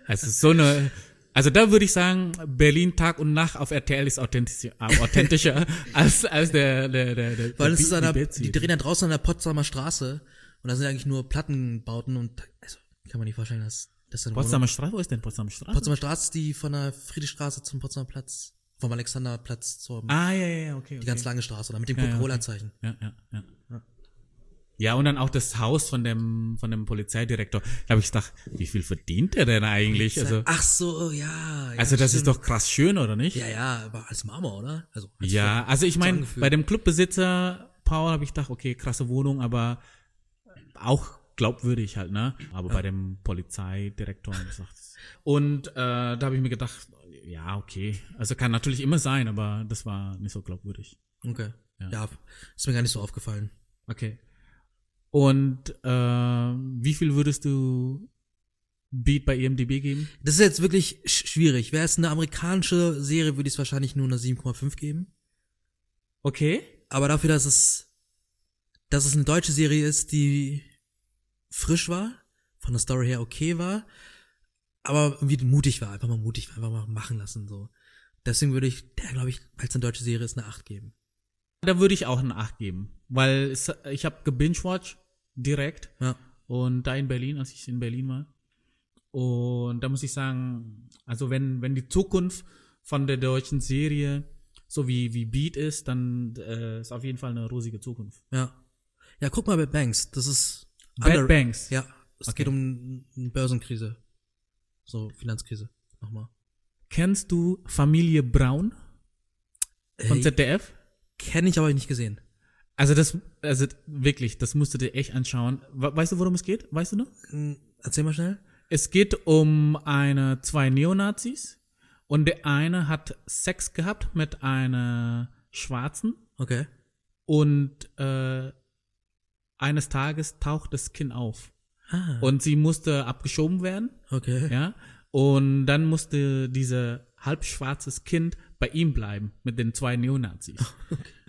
[SPEAKER 1] es ist so eine. Also da würde ich sagen, Berlin Tag und Nacht auf RTL ist authentisch, äh, authentischer als, als der, der, der, der
[SPEAKER 2] Weil es
[SPEAKER 1] der
[SPEAKER 2] ist an der,
[SPEAKER 1] Beziehung.
[SPEAKER 2] die drehen ja draußen an der Potsdamer Straße und da sind eigentlich nur Plattenbauten und also kann man nicht vorstellen, dass, dass da eine Wohnung-
[SPEAKER 1] Potsdamer Straße, wo ist denn Potsdamer Straße?
[SPEAKER 2] Potsdamer Straße ist die von der Friedrichstraße zum Potsdamer Platz, vom Alexanderplatz zur
[SPEAKER 1] ah, ja, ja, ja, okay.
[SPEAKER 2] die
[SPEAKER 1] okay.
[SPEAKER 2] ganz lange Straße oder mit dem
[SPEAKER 1] Ja, ja,
[SPEAKER 2] Coca-Cola-Zeichen.
[SPEAKER 1] Ja, ja, ja. Ja, und dann auch das Haus von dem, von dem Polizeidirektor. Da habe ich gedacht, wie viel verdient er denn eigentlich? Also,
[SPEAKER 2] Ach so, ja. ja
[SPEAKER 1] also das ist
[SPEAKER 2] stimmt.
[SPEAKER 1] doch krass schön, oder nicht?
[SPEAKER 2] Ja, ja, aber als Marmor, oder? Also, als
[SPEAKER 1] Ja, also ich meine,
[SPEAKER 2] angefühlt.
[SPEAKER 1] bei dem Clubbesitzer Paul habe ich gedacht, okay, krasse Wohnung, aber auch glaubwürdig halt, ne? Aber bei dem Polizeidirektor habe ich gesagt. Und äh, da habe ich mir gedacht, ja, okay. Also kann natürlich immer sein, aber das war nicht so glaubwürdig.
[SPEAKER 2] Okay.
[SPEAKER 1] Ja.
[SPEAKER 2] Ja. ist mir gar nicht so aufgefallen.
[SPEAKER 1] Okay. Und äh, wie viel würdest du Beat bei E IMDB geben?
[SPEAKER 2] Das ist jetzt wirklich sch schwierig. Wäre es eine amerikanische Serie, würde ich es wahrscheinlich nur eine 7,5 geben.
[SPEAKER 1] Okay.
[SPEAKER 2] Aber dafür, dass es, dass es eine deutsche Serie ist, die frisch war, von der Story her okay war, aber irgendwie mutig war, einfach mal mutig war, einfach mal machen lassen, so. Deswegen würde ich, der glaube ich, weil es eine deutsche Serie ist, eine 8 geben.
[SPEAKER 1] Da würde ich auch eine 8 geben, weil es, ich habe gebingewatcht direkt.
[SPEAKER 2] Ja.
[SPEAKER 1] Und da in Berlin, als ich in Berlin war. Und da muss ich sagen, also wenn, wenn die Zukunft von der deutschen Serie so wie, wie Beat ist, dann äh, ist auf jeden Fall eine rosige Zukunft.
[SPEAKER 2] Ja. Ja, guck mal Bad Banks, das ist,
[SPEAKER 1] Bad
[SPEAKER 2] under-
[SPEAKER 1] Banks.
[SPEAKER 2] ja, es
[SPEAKER 1] Okay.
[SPEAKER 2] geht um eine Börsenkrise. So, Finanzkrise. Nochmal.
[SPEAKER 1] Kennst du Familie Braun von
[SPEAKER 2] Äh,
[SPEAKER 1] ZDF?
[SPEAKER 2] Kenne ich, aber nicht gesehen.
[SPEAKER 1] Also das, also wirklich, das musst du dir echt anschauen. We- Weißt du, worum es geht? Weißt du noch?
[SPEAKER 2] Hm, Erzähl mal schnell.
[SPEAKER 1] Es geht um eine, zwei Neonazis und der eine hat Sex gehabt mit einer Schwarzen
[SPEAKER 2] Okay.
[SPEAKER 1] Und äh, eines Tages taucht das Kind auf.
[SPEAKER 2] Ah,
[SPEAKER 1] und sie musste abgeschoben werden,
[SPEAKER 2] okay.
[SPEAKER 1] ja. Und dann musste dieses halbschwarzes Kind bei ihm bleiben mit den zwei Neonazis.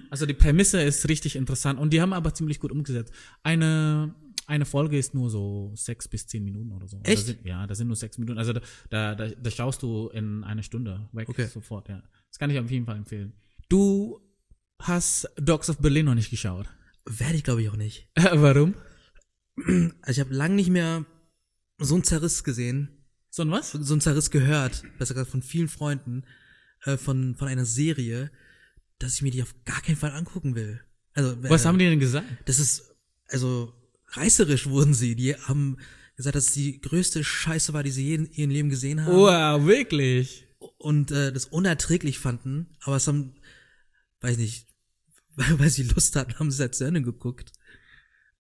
[SPEAKER 1] Also die Prämisse ist richtig interessant und die haben aber ziemlich gut umgesetzt. Eine eine Folge ist nur so sechs bis zehn Minuten oder so.
[SPEAKER 2] Echt?
[SPEAKER 1] Da sind, ja, da sind nur sechs Minuten. Also da, da, da, da schaust du in einer Stunde weg
[SPEAKER 2] Okay.
[SPEAKER 1] sofort, ja. Das kann ich auf jeden Fall empfehlen. Du hast Dogs of Berlin noch nicht geschaut.
[SPEAKER 2] Werde ich, glaube ich, auch nicht.
[SPEAKER 1] Warum?
[SPEAKER 2] Also ich habe lang nicht mehr so einen Zerriss gesehen,
[SPEAKER 1] So ein was?
[SPEAKER 2] so einen Zerriss gehört, besser gesagt von vielen Freunden, äh, von, von einer Serie, dass ich mir die auf gar keinen Fall angucken will. Also,
[SPEAKER 1] Was
[SPEAKER 2] äh,
[SPEAKER 1] haben die denn gesagt?
[SPEAKER 2] Das ist, also, reißerisch wurden sie. Die haben gesagt, dass es die größte Scheiße war, die sie je in ihrem Leben gesehen
[SPEAKER 1] Oh,
[SPEAKER 2] haben.
[SPEAKER 1] Wow, wirklich?
[SPEAKER 2] und äh, das unerträglich fanden, aber es haben, weiß nicht, weil, weil sie Lust hatten, haben sie es halt zu Ende geguckt.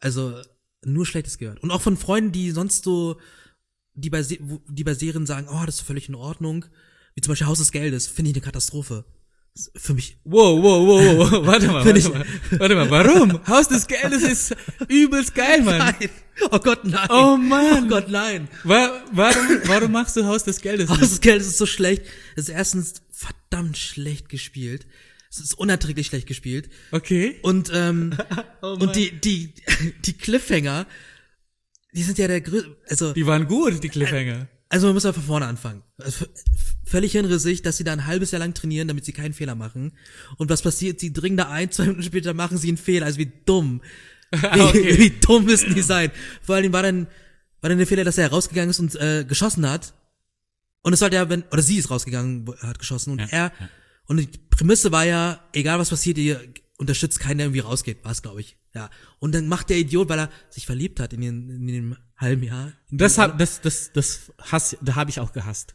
[SPEAKER 2] Also nur Schlechtes gehört. Und auch von Freunden, die sonst so, die bei, Se- wo- die bei Serien sagen, oh, das ist völlig in Ordnung, wie zum Beispiel Haus des Geldes, finde ich eine Katastrophe. Das ist Für mich,
[SPEAKER 1] Wow, wow, wow, wow. Warte mal,
[SPEAKER 2] Finde
[SPEAKER 1] warte
[SPEAKER 2] ich-
[SPEAKER 1] mal. Warte mal, warum? Haus des Geldes ist übelst geil, Mann.
[SPEAKER 2] nein, oh Gott, nein.
[SPEAKER 1] Oh Mann.
[SPEAKER 2] Oh Gott, nein.
[SPEAKER 1] Wa warum, warum machst du Haus des Geldes?
[SPEAKER 2] Haus des Geldes ist so schlecht. Es ist erstens verdammt schlecht gespielt. Es ist unerträglich schlecht gespielt.
[SPEAKER 1] Okay.
[SPEAKER 2] Und ähm,
[SPEAKER 1] Oh Mann.
[SPEAKER 2] und die die die Cliffhanger, die sind ja der größte. Also
[SPEAKER 1] Die waren gut, die Cliffhanger.
[SPEAKER 2] also man muss ja von vorne anfangen. Also, v- völlig hinrissig, dass sie da ein halbes Jahr lang trainieren, damit sie keinen Fehler machen. Und was passiert? Sie dringen da ein, zwei Minuten später machen sie einen Fehler. Also wie dumm. Wie,
[SPEAKER 1] Okay.
[SPEAKER 2] wie dumm müssen die sein? Vor allem war dann war dann der Fehler, dass er rausgegangen ist und äh, geschossen hat. Und es sollte ja, wenn, oder sie ist rausgegangen, wo- hat geschossen und
[SPEAKER 1] Ja,
[SPEAKER 2] er, und die Prämisse war ja, egal was passiert, ihr unterstützt keinen, der irgendwie rausgeht, war's glaube ich. Ja. Und dann macht der Idiot, weil er sich verliebt hat in, den, in dem halben Jahr. in
[SPEAKER 1] Das
[SPEAKER 2] dem-
[SPEAKER 1] hab, das, das, das Hass, da habe ich auch gehasst.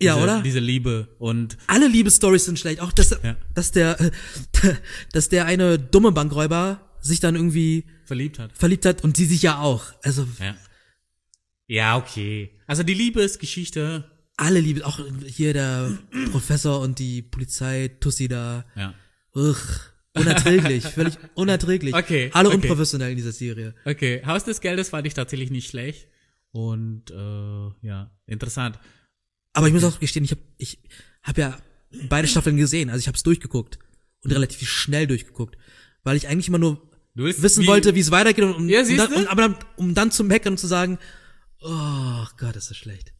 [SPEAKER 2] Ja,
[SPEAKER 1] diese,
[SPEAKER 2] oder?
[SPEAKER 1] Diese Liebe und
[SPEAKER 2] alle Liebesstories sind schlecht. Auch dass,
[SPEAKER 1] Ja.
[SPEAKER 2] dass der, äh, dass der eine dumme Bankräuber sich dann irgendwie
[SPEAKER 1] verliebt hat.
[SPEAKER 2] verliebt hat und sie sich ja auch. Also
[SPEAKER 1] Ja. Ja, okay. Also die Liebesgeschichte.
[SPEAKER 2] alle Liebe, auch hier der Professor und die Polizei, Tussi da.
[SPEAKER 1] Ja.
[SPEAKER 2] Ugh, unerträglich, völlig unerträglich.
[SPEAKER 1] Okay,
[SPEAKER 2] Alle
[SPEAKER 1] okay.
[SPEAKER 2] unprofessionell in dieser Serie.
[SPEAKER 1] Okay, Haus des Geldes fand ich tatsächlich nicht schlecht. Und äh, ja, interessant.
[SPEAKER 2] Aber ich muss auch gestehen, ich habe ich hab ja beide Staffeln gesehen, also ich habe es durchgeguckt und relativ schnell durchgeguckt, weil ich eigentlich immer nur
[SPEAKER 1] Du willst
[SPEAKER 2] wissen
[SPEAKER 1] wie-
[SPEAKER 2] wollte, wie es weitergeht, und, um,
[SPEAKER 1] Ja,
[SPEAKER 2] um,
[SPEAKER 1] siehst
[SPEAKER 2] dann,
[SPEAKER 1] du?
[SPEAKER 2] um, aber dann, um dann zu meckern und zu sagen, oh Gott, ist das schlecht.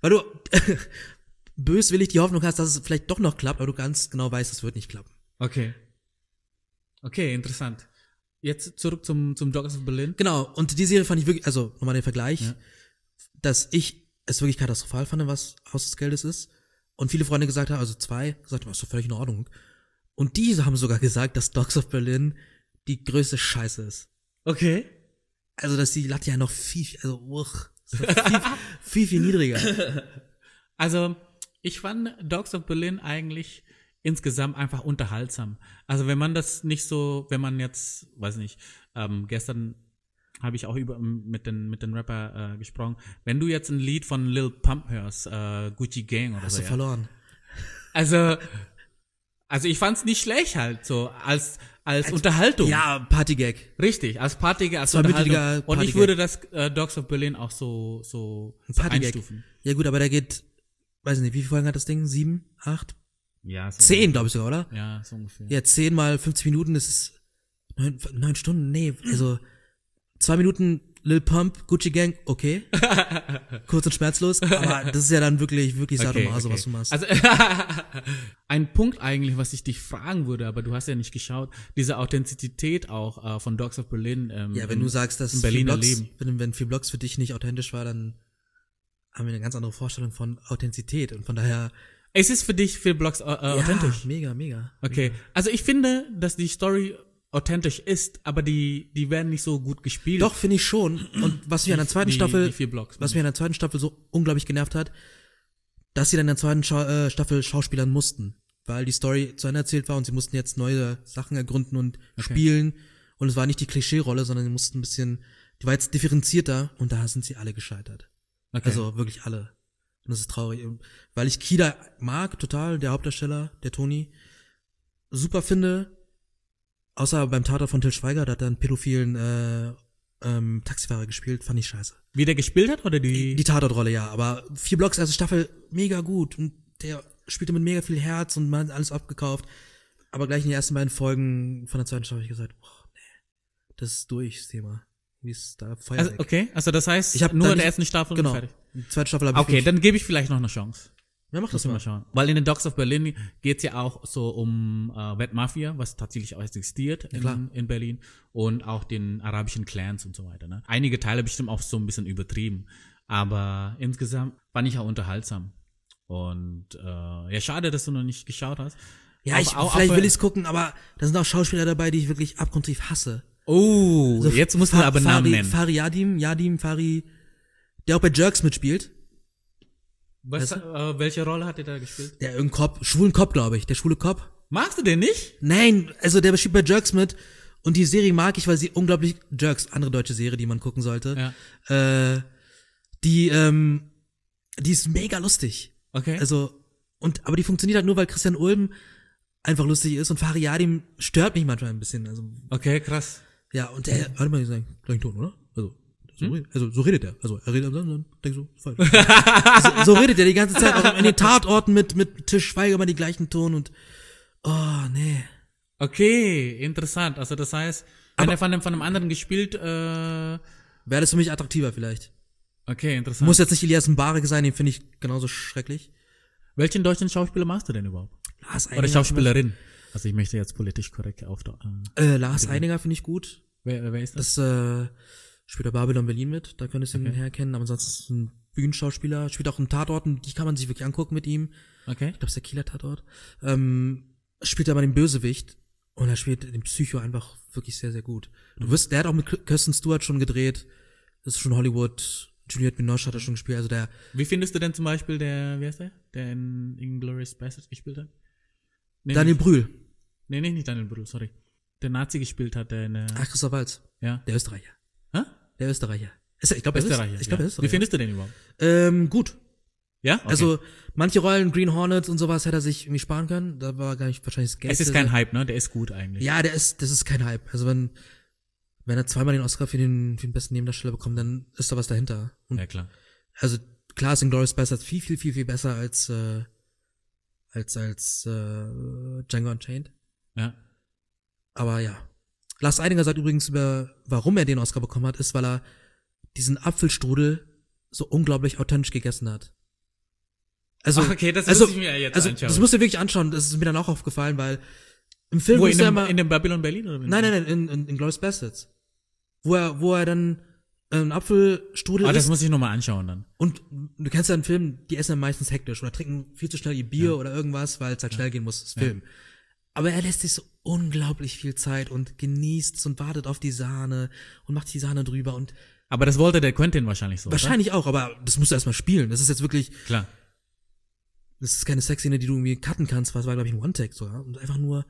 [SPEAKER 2] Weil du böswillig die Hoffnung hast, dass es vielleicht doch noch klappt, aber du ganz genau weißt, es wird nicht klappen.
[SPEAKER 1] Okay. Okay, interessant. Jetzt zurück zum, zum Dogs of Berlin.
[SPEAKER 2] Genau, und die Serie fand ich wirklich, also nochmal den Vergleich,
[SPEAKER 1] Ja.
[SPEAKER 2] dass ich es wirklich katastrophal fand, was Haus des Geldes ist. Und viele Freunde gesagt haben, also zwei, gesagt haben, ist doch völlig in Ordnung. Und diese haben sogar gesagt, dass Dogs of Berlin die größte Scheiße ist.
[SPEAKER 1] Okay.
[SPEAKER 2] Also, dass die Latte ja noch viel, also, uch, ist doch viel, viel, viel niedriger.
[SPEAKER 1] Also, ich fand Dogs of Berlin eigentlich insgesamt einfach unterhaltsam. Also, wenn man das nicht so, wenn man jetzt, weiß nicht, ähm, gestern habe ich auch über mit den mit den Rapper äh, gesprochen. Wenn du jetzt ein Lied von Lil Pump hörst, äh, Gucci Gang oder
[SPEAKER 2] Hast
[SPEAKER 1] so,
[SPEAKER 2] du
[SPEAKER 1] ja.
[SPEAKER 2] verloren.
[SPEAKER 1] also also ich fand's nicht schlecht halt so als als Unterhaltung.
[SPEAKER 2] Ja, Partygag.
[SPEAKER 1] Richtig, als Partygag, als
[SPEAKER 2] Zweimütiger
[SPEAKER 1] Unterhaltung. Und ich
[SPEAKER 2] Partygag.
[SPEAKER 1] würde das äh, Dogs of Berlin auch so so, so
[SPEAKER 2] Partygag.
[SPEAKER 1] einstufen.
[SPEAKER 2] Ja gut, aber da geht, weiß nicht, wie viele Folgen hat das Ding? Sieben? Acht?
[SPEAKER 1] Ja, so
[SPEAKER 2] Zehn, glaube ich sogar, oder?
[SPEAKER 1] Ja, so ungefähr.
[SPEAKER 2] Ja, 10 mal 50 Minuten, das ist neun, neun Stunden, nee, also zwei Minuten Lil Pump, Gucci Gang, okay. Kurz und schmerzlos, aber das ist ja dann wirklich, wirklich Sadomaso, was du machst.
[SPEAKER 1] Also, ein Punkt eigentlich, was ich dich fragen würde, aber du hast ja nicht geschaut, diese Authentizität auch äh, von Dogs of Berlin. Ähm,
[SPEAKER 2] ja, wenn du sagst, dass
[SPEAKER 1] im
[SPEAKER 2] vier
[SPEAKER 1] Berliner
[SPEAKER 2] Blocks,
[SPEAKER 1] Leben.
[SPEAKER 2] Wenn, wenn vier Blocks für dich nicht authentisch war, dann haben wir eine ganz andere Vorstellung von Authentizität und von daher
[SPEAKER 1] Es ist für dich für Blogs äh, äh, authentisch.
[SPEAKER 2] Ja, mega, mega.
[SPEAKER 1] Okay. Also ich finde, dass die Story authentisch ist, aber die, die werden nicht so gut gespielt.
[SPEAKER 2] Doch, finde ich schon. Und was mich an der zweiten
[SPEAKER 1] die,
[SPEAKER 2] Staffel
[SPEAKER 1] Die vier Blogs.
[SPEAKER 2] was mir in der zweiten Staffel so unglaublich genervt hat, dass sie dann in der zweiten Scha äh, Staffel Schauspielern mussten, weil die Story zu Ende erzählt war und sie mussten jetzt neue Sachen ergründen und spielen und es war nicht die Klischee-Rolle, sondern sie mussten ein bisschen, die war jetzt differenzierter und da sind sie alle gescheitert.
[SPEAKER 1] okay.
[SPEAKER 2] Also wirklich alle. Und das ist traurig, Und weil ich Kida mag, total, der Hauptdarsteller, der Toni, super finde, außer beim Tatort von Till Schweiger, da hat er einen pädophilen äh, ähm, Taxifahrer gespielt, fand ich scheiße.
[SPEAKER 1] Wie der gespielt hat oder die?
[SPEAKER 2] Die Tatortrolle, ja, aber vier Blocks, erste Staffel, mega gut. Und der spielte mit mega viel Herz und man hat alles abgekauft. Aber gleich in den ersten beiden Folgen von der zweiten Staffel habe ich gesagt, boah, nee, das ist durch, das Thema. Wie ist da Feuer
[SPEAKER 1] also,
[SPEAKER 2] weg.
[SPEAKER 1] okay, also das heißt,
[SPEAKER 2] Ich hab
[SPEAKER 1] nur
[SPEAKER 2] da
[SPEAKER 1] in der
[SPEAKER 2] nicht-
[SPEAKER 1] ersten Staffel
[SPEAKER 2] Genau.
[SPEAKER 1] und fertig.
[SPEAKER 2] Die zweite Staffel habe ich
[SPEAKER 1] Okay, dann gebe ich vielleicht noch eine Chance.
[SPEAKER 2] Wer macht
[SPEAKER 1] Müssen
[SPEAKER 2] das
[SPEAKER 1] wir
[SPEAKER 2] mal?
[SPEAKER 1] mal schauen. Weil in den Dogs of Berlin geht's ja auch so um äh, Wettmafia, was tatsächlich auch existiert
[SPEAKER 2] klar.
[SPEAKER 1] in, in Berlin und auch den arabischen Clans und so weiter. Ne? Einige Teile bestimmt auch so ein bisschen übertrieben, aber insgesamt fand ich auch unterhaltsam. Und äh, ja, schade, dass du noch nicht geschaut hast.
[SPEAKER 2] Ja,
[SPEAKER 1] Aber
[SPEAKER 2] ich,
[SPEAKER 1] auch-
[SPEAKER 2] vielleicht
[SPEAKER 1] aber-
[SPEAKER 2] will ich's gucken, aber da sind auch Schauspieler dabei, die ich wirklich abgrundtief hasse.
[SPEAKER 1] Oh,
[SPEAKER 2] So
[SPEAKER 1] jetzt musst du
[SPEAKER 2] Also, Fa-
[SPEAKER 1] aber Namen
[SPEAKER 2] Fari-
[SPEAKER 1] nennen.
[SPEAKER 2] Fari Yadim, Yadim, Fari, der auch bei Jerks mitspielt.
[SPEAKER 1] was, äh, welche Rolle hat er da gespielt?
[SPEAKER 2] Der irgendein Cop, schwulen Cop, glaube ich, der schwule Cop.
[SPEAKER 1] Magst du den nicht?
[SPEAKER 2] Nein, also der spielt bei Jerks mit. Und die Serie mag ich, weil sie unglaublich Jerks, andere deutsche Serie, die man gucken sollte. Äh, die, ähm, die ist mega lustig.
[SPEAKER 1] Okay.
[SPEAKER 2] Also, und, aber die funktioniert halt nur, weil Christian Ulm einfach lustig ist und Fariadim stört mich manchmal ein bisschen. Also,
[SPEAKER 1] okay, krass.
[SPEAKER 2] ja, und der, warte mal, sein gleichen Ton, oder? Also, so, redet- also, so redet er. Also, er redet am Sonntag, denk so, falsch. so, so redet er die ganze Zeit, auch in den Tatorten mit, mit Tisch Schweiger immer die gleichen Ton und, oh, nee.
[SPEAKER 1] Okay, interessant. Also das heißt, wenn er von einem, von einem anderen gespielt, äh,
[SPEAKER 2] Wäre das für mich attraktiver vielleicht.
[SPEAKER 1] okay, interessant.
[SPEAKER 2] Muss jetzt nicht Elias Mbarek sein, den finde ich genauso schrecklich.
[SPEAKER 1] Welchen deutschen Schauspieler machst du denn überhaupt?
[SPEAKER 2] Lars
[SPEAKER 1] Oder
[SPEAKER 2] Eidinger,
[SPEAKER 1] Schauspielerin? Also ich möchte jetzt politisch korrekt auf. Äh,
[SPEAKER 2] äh, Lars Eidinger finde ich gut.
[SPEAKER 1] wer, wer ist das?
[SPEAKER 2] Das, äh, spielt bei Babylon Berlin mit, da könntest du ihn herkennen, aber ansonsten ist ein Bühnenschauspieler, spielt auch in Tatorten, die kann man sich wirklich angucken mit ihm.
[SPEAKER 1] Okay.
[SPEAKER 2] ich glaube, es ist der Kieler Tatort, ähm, spielt er mal den Bösewicht und er spielt den Psycho einfach wirklich sehr, sehr gut. Du wirst, der hat auch mit Kir- Kirsten Stewart schon gedreht, das ist schon Hollywood, Juliette Binoche hat er schon gespielt, also der,
[SPEAKER 1] Wie findest du denn zum Beispiel der, wer ist der? Der in Inglourious Bastards gespielt hat? Nee,
[SPEAKER 2] Daniel
[SPEAKER 1] nicht,
[SPEAKER 2] Brühl,
[SPEAKER 1] nee, nee, nicht Daniel Brühl, sorry. Der Nazi gespielt hat, der in, äh,
[SPEAKER 2] ach, Christoph Waltz,
[SPEAKER 1] ja.
[SPEAKER 2] der Österreicher,
[SPEAKER 1] Hä?
[SPEAKER 2] der Österreicher. Ist er, ich glaube,
[SPEAKER 1] Österreicher.
[SPEAKER 2] Ich glaube,
[SPEAKER 1] ja. Wie
[SPEAKER 2] er ist Österreicher.
[SPEAKER 1] findest du den überhaupt?
[SPEAKER 2] Ähm, gut.
[SPEAKER 1] Ja? Okay.
[SPEAKER 2] Also, manche Rollen, Green Hornets und sowas, hätte er sich irgendwie sparen können, da war gar nicht wahrscheinlich das Geld.
[SPEAKER 1] es ist kein Hype, ne? Der ist gut eigentlich.
[SPEAKER 2] Ja, der ist, das ist kein Hype. Also wenn, wenn er zweimal den Oscar für den, für den besten Nebendarsteller bekommt, dann ist da was dahinter. Und
[SPEAKER 1] Ja, klar.
[SPEAKER 2] also klar ist Inglourious Bastards viel, viel, viel, viel besser als äh, als als äh, Django Unchained.
[SPEAKER 1] Ja.
[SPEAKER 2] Aber ja. Lars Eidinger sagt übrigens über, warum er den Oscar bekommen hat, ist, weil er diesen Apfelstrudel so unglaublich authentisch gegessen hat. Also,
[SPEAKER 1] Ach, okay, das
[SPEAKER 2] also,
[SPEAKER 1] muss ich mir jetzt
[SPEAKER 2] also
[SPEAKER 1] anschauen.
[SPEAKER 2] das musst du wirklich anschauen. Das ist mir dann auch aufgefallen, weil im Film
[SPEAKER 1] Wo,
[SPEAKER 2] ist
[SPEAKER 1] in
[SPEAKER 2] er
[SPEAKER 1] dem,
[SPEAKER 2] immer
[SPEAKER 1] in dem Babylon Berlin? Oder
[SPEAKER 2] Nein, nein, nein, in, in, in Glorious Bastards. Wo er, wo er dann äh, einen Apfelstrudel
[SPEAKER 1] Ah, das
[SPEAKER 2] isst
[SPEAKER 1] muss ich nochmal anschauen dann.
[SPEAKER 2] und du kennst ja einen Film, die essen dann meistens hektisch oder trinken viel zu schnell ihr Bier oder irgendwas, weil es halt schnell gehen muss, das Film. Aber er lässt sich so unglaublich viel Zeit und genießt es und wartet auf die Sahne und macht die Sahne drüber und
[SPEAKER 1] Aber das wollte der Quentin wahrscheinlich so.
[SPEAKER 2] wahrscheinlich auch, aber das musst du erstmal spielen. Das ist jetzt wirklich,
[SPEAKER 1] Oder? Klar.
[SPEAKER 2] das ist keine Sexszene, die du irgendwie cutten kannst, weil es war, glaube ich, ein One-Take sogar. Und einfach nur,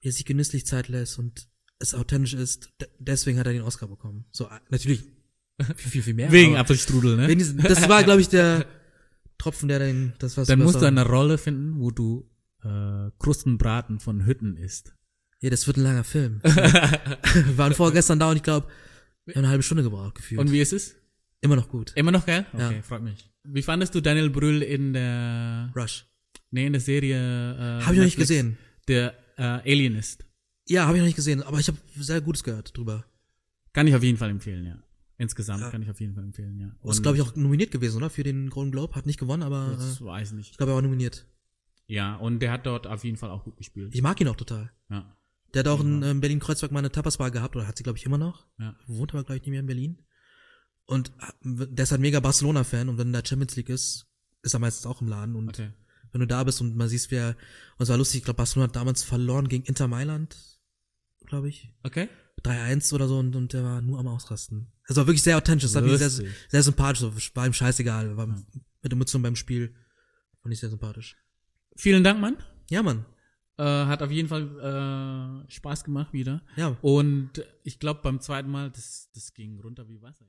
[SPEAKER 2] wie er sich genüsslich Zeit lässt und es authentisch ist. D deswegen hat er den Oscar bekommen. So, äh, natürlich viel, viel, viel mehr.
[SPEAKER 1] Wegen
[SPEAKER 2] aber
[SPEAKER 1] Apfelstrudel, ne?
[SPEAKER 2] wegen diesem- Das war, glaube ich, der Tropfen, der den, das was
[SPEAKER 1] Dann musst du
[SPEAKER 2] was-
[SPEAKER 1] eine Rolle finden, wo du äh, Krustenbraten von Hütten isst.
[SPEAKER 2] Ja, das wird ein langer Film. Wir waren vorgestern da und ich glaube, wir haben eine halbe Stunde gebraucht, gefühlt.
[SPEAKER 1] Und wie ist es?
[SPEAKER 2] Immer noch gut.
[SPEAKER 1] Immer noch geil?
[SPEAKER 2] Ja.
[SPEAKER 1] Okay, freut mich. Wie fandest du Daniel Brühl in der
[SPEAKER 2] Rush.
[SPEAKER 1] nee, in der Serie äh,
[SPEAKER 2] Hab ich noch nicht
[SPEAKER 1] Netflix,
[SPEAKER 2] gesehen.
[SPEAKER 1] Der äh, Alienist.
[SPEAKER 2] Ja, habe ich noch nicht gesehen, aber ich habe sehr Gutes gehört drüber.
[SPEAKER 1] Kann ich auf jeden Fall empfehlen, ja. Insgesamt
[SPEAKER 2] Ja.
[SPEAKER 1] kann ich auf jeden Fall empfehlen, ja.
[SPEAKER 2] Ist, glaube ich, auch nominiert gewesen, oder? Für den Golden Globe. Hat nicht gewonnen, aber äh,
[SPEAKER 1] das weiß
[SPEAKER 2] ich
[SPEAKER 1] nicht.
[SPEAKER 2] glaube, er war nominiert.
[SPEAKER 1] Ja, und der hat dort auf jeden Fall auch gut gespielt.
[SPEAKER 2] Ich mag ihn auch total.
[SPEAKER 1] Ja.
[SPEAKER 2] Der hat auch in ähm, Berlin-Kreuzberg mal eine Tapasbar gehabt, oder hat sie, glaube ich, immer noch.
[SPEAKER 1] Ja.
[SPEAKER 2] Wohnt aber, glaube ich, nicht mehr in Berlin. Und äh, der ist halt mega Barcelona-Fan und wenn da Champions League ist, ist er meistens auch im Laden. Und
[SPEAKER 1] Okay.
[SPEAKER 2] wenn du da bist und man siehst, wer, und es war lustig, ich glaube, Barcelona hat damals verloren gegen Inter Mailand, glaube ich.
[SPEAKER 1] Okay?
[SPEAKER 2] 3-1 oder so und, und der war nur am Ausrasten. Es war wirklich sehr authentisch, das hat mich sehr,
[SPEAKER 1] Lustig.
[SPEAKER 2] sehr sympathisch, so, war ihm scheißegal, war mit Emotionen beim Spiel. Fand ich sehr sympathisch.
[SPEAKER 1] Vielen Dank, Mann.
[SPEAKER 2] Ja, Mann.
[SPEAKER 1] Äh, hat auf jeden Fall äh, Spaß gemacht wieder.
[SPEAKER 2] Ja.
[SPEAKER 1] Und ich glaube, beim zweiten Mal, das, das ging runter wie Wasser.